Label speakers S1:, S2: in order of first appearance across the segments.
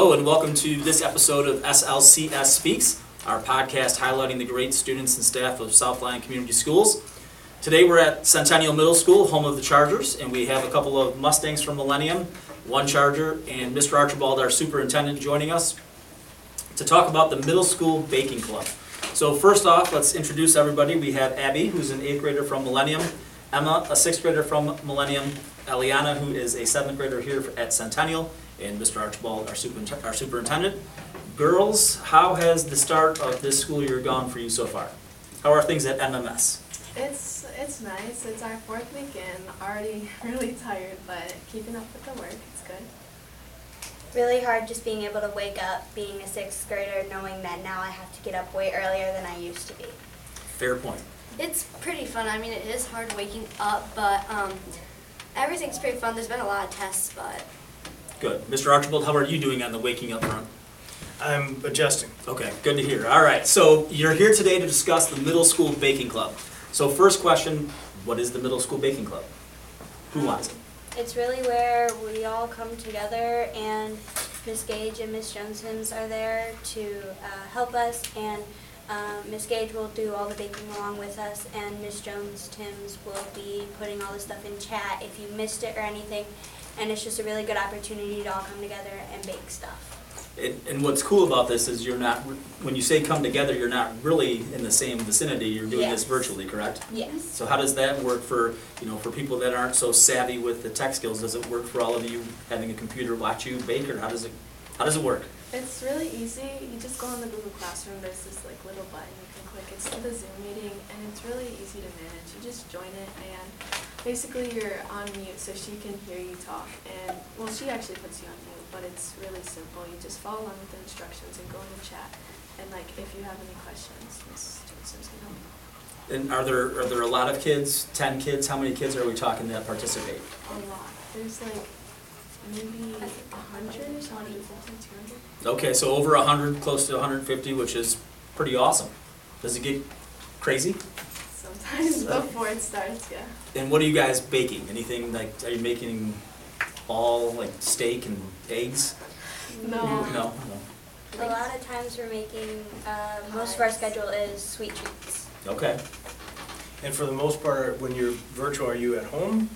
S1: to this episode of SLCS Speaks, our podcast highlighting the great students and staff of South Lyon Community Schools. Today we're at Centennial Middle School, home of the Chargers, and we have a couple of Mustangs from Millennium, one Charger, and Mr. Archibald, our superintendent, joining us to talk about the Middle School Baking Club. So first off, let's introduce everybody. We have Abby, who's an eighth grader from Millennium, Emma, a sixth grader from Millennium, Eliana, who is a seventh grader here at Centennial, and Mr. Archibald, our superintendent. Our superintendent. Girls, how has the start of this school year gone for you so far? How are things at MMS?
S2: It's it's nice. It's our fourth weekend. Already really tired, but keeping up with the work, it's good.
S3: really hard just being able to wake up being a sixth grader knowing that now i have to get up way earlier than i used to be
S1: Fair point.
S4: It's pretty fun. I mean, it is hard waking up, but um, everything's pretty fun. There's been a lot of tests, but
S1: Good. Mr. Archibald, how are you doing on the waking up front?
S5: I'm adjusting.
S1: Okay, good to hear. All right, so you're here today to discuss the middle school baking club. So first question, what is the middle school baking club? Who wants it?
S3: it's really where we all come together and miss gage and miss johnson's are there to uh, help us and uh, miss gage will do all the baking along with us and miss jones timms will be putting all the stuff in chat if you missed it or anything and it's just a really good opportunity to all come together and bake stuff
S1: And, and what's cool about this is you're not, when you say come together, you're not really in the same vicinity, you're doing this
S3: Yes.
S1: virtually, correct?
S3: yes
S1: So how does that work for, you know, for people that aren't so savvy with the tech skills? Does it work for all of you having a computer watch you bake, or how does it, how does it work?
S2: It's really easy. You just go on the Google Classroom. There's this like little button you can click. It's to the Zoom meeting, and it's really easy to manage. You just join it, and basically you're on mute, so she can hear you talk. And well, she actually puts you on mute, but it's really simple. You just follow along with the instructions and go in the chat. And like if you have any questions, Ms. Johnson's gonna help.
S1: And are there, are there a lot of kids, ten kids, how many kids are we talking that participate?
S2: a lot. There's like maybe a hundred, or something, two hundred.
S1: Okay, so over a hundred, close to hundred and fifty, which is pretty awesome. Does it get crazy?
S2: Sometimes before it starts, yeah.
S1: And what are you guys baking? Anything like, are you making all like steak and eggs?
S2: No.
S1: No, no.
S3: A lot of times we're making, uh, most of our schedule is sweet treats.
S1: Okay,
S5: And for the most part, when you're virtual, are you at home?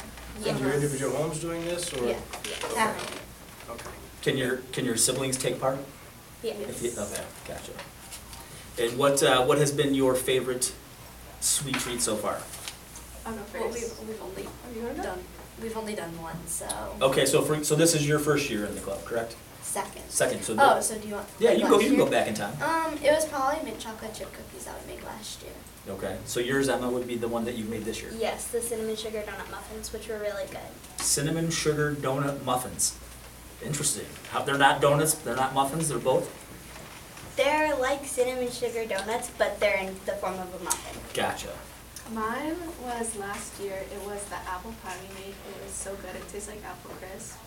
S5: In your individual homes doing this, or?
S3: Yeah.
S5: Okay. Okay.
S1: can your, can your siblings take part?
S3: Yeah.
S1: If you, okay, gotcha. And what, uh, what has been your favorite sweet treat so far?
S2: I'll go
S4: well,
S2: first.
S4: we've, we've only
S2: Are you gonna go?
S4: done we've only done one. So
S1: Okay, so for, so this is your first year in the club, correct?
S4: second.
S1: Second, so.
S4: Oh, so do you want?
S1: Yeah, you
S4: like
S1: go,
S4: last
S1: you can go
S4: year?
S1: back in time.
S4: Um, it was probably mint chocolate chip cookies that we made last year.
S1: Okay, so yours, Emma, would be the one that you made this year.
S3: Yes, the cinnamon sugar donut muffins, which were really good.
S1: cinnamon sugar donut muffins. Interesting. How, they're not donuts, they're not muffins, they're both?
S3: They're like cinnamon sugar donuts, but they're in the form of a muffin.
S1: Gotcha.
S2: Mine was last year. It was the apple pie we made. It was so good. It tastes like apple crisp.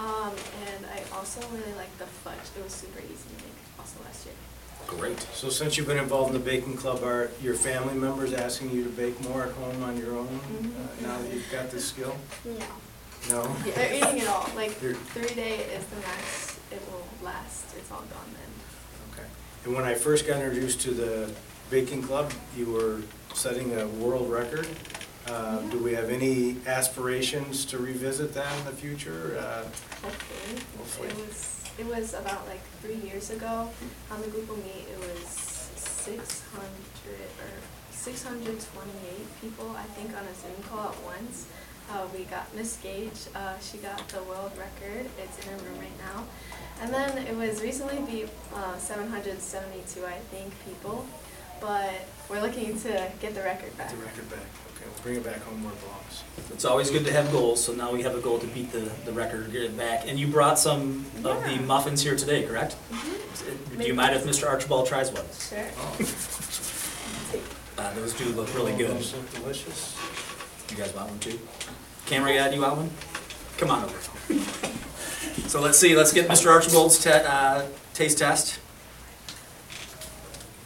S2: Um, and I also really like the fudge. It was super easy to make. Also last year.
S1: Great.
S5: So since you've been involved in the baking club, are your family members asking you to bake more at home on your own, uh, now that you've got this skill?
S3: No.
S5: No?
S2: Mm-hmm. They're eating it all. Like
S5: You're-
S2: three day is the max. It will last. It's all gone then.
S5: Okay. And when I first got introduced to the baking club, you were setting a world record. Uh, Do we have any aspirations to revisit that in the future? Uh,
S2: Hopefully.
S5: Hopefully.
S2: It was, it was about like three years ago. On the Google Meet, it was six hundred or six hundred twenty-eight people, I think, on a Zoom call at once. Uh, we got Miss Gage, uh, she got the world record. It's in her room right now. And then it was recently beat, uh, seven hundred seventy-two, I think, people. But we're looking to get the record
S5: Get
S2: back.
S5: the record back. Okay, we'll bring it back home where it belongs.
S1: It's always good to have goals, so now we have a goal to beat the, the record, get it back. And you brought some of the
S2: Yeah. Mm-hmm.
S1: muffins here today, correct? Do you mind if Mr. Archibald tries one?
S2: Sure.
S1: Uh, those do look really good.
S5: Those look delicious.
S1: You guys want one too? Camera guy, do you want one? Come on over. So let's see, let's get Mr. Archibald's te- uh, taste test.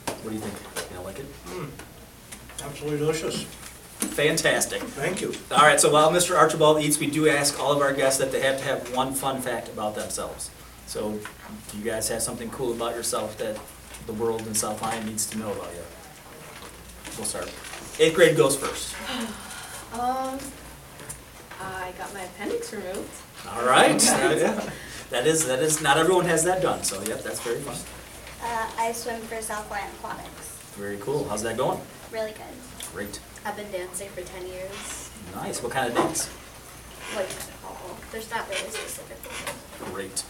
S1: What do you think? You gonna like it?
S5: Hmm. Absolutely delicious.
S1: Fantastic.
S5: Thank you.
S1: All right, so while Mr. Archibald eats, we do ask all of our guests that they have to have one fun fact about themselves. So do you guys have something cool about yourself that the world in South Lyon needs to know about you? We'll start. Eighth grade goes first.
S2: Um, I got my appendix removed.
S1: All right. That is, that is, not everyone has that done, so yep, that's very fun.
S3: Uh, I swim for South Lyon Aquatics.
S1: Very cool. How's that going?
S3: Really good.
S1: Great.
S4: I've been dancing for 10 years.
S1: Nice. What kind of dance?
S4: Like, oh, there's not really specific.
S1: Great.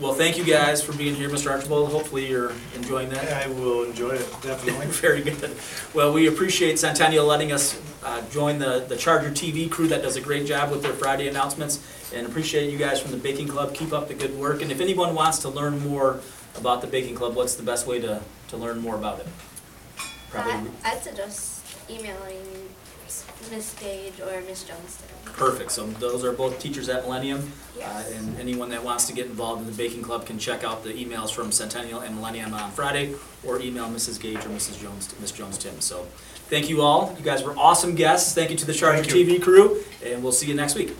S1: Well, thank you guys for being here, Mr. Archibald. Hopefully you're enjoying that.
S5: I will enjoy it, definitely.
S1: Very good. Well, we appreciate Centennial letting us uh, join the the Charger TV crew that does a great job with their Friday announcements, and appreciate you guys from the Baking Club. Keep up the good work, and if anyone wants to learn more about the Baking Club, what's the best way to, to learn more about it? Probably,
S4: I, I'd suggest emailing Miss Gage or Miss Johnston.
S1: perfect. So those are both teachers at Millennium, uh,
S4: Yes.
S1: and anyone that wants to get involved in the Baking Club can check out the emails from Centennial and Millennium on Friday, or email Mrs. Gage or Mrs. Jones, Miss Jones Tim. So, thank you all. You guys were awesome guests. Thank you to the Charger
S5: Thank you.
S1: TV crew, and we'll see you next week.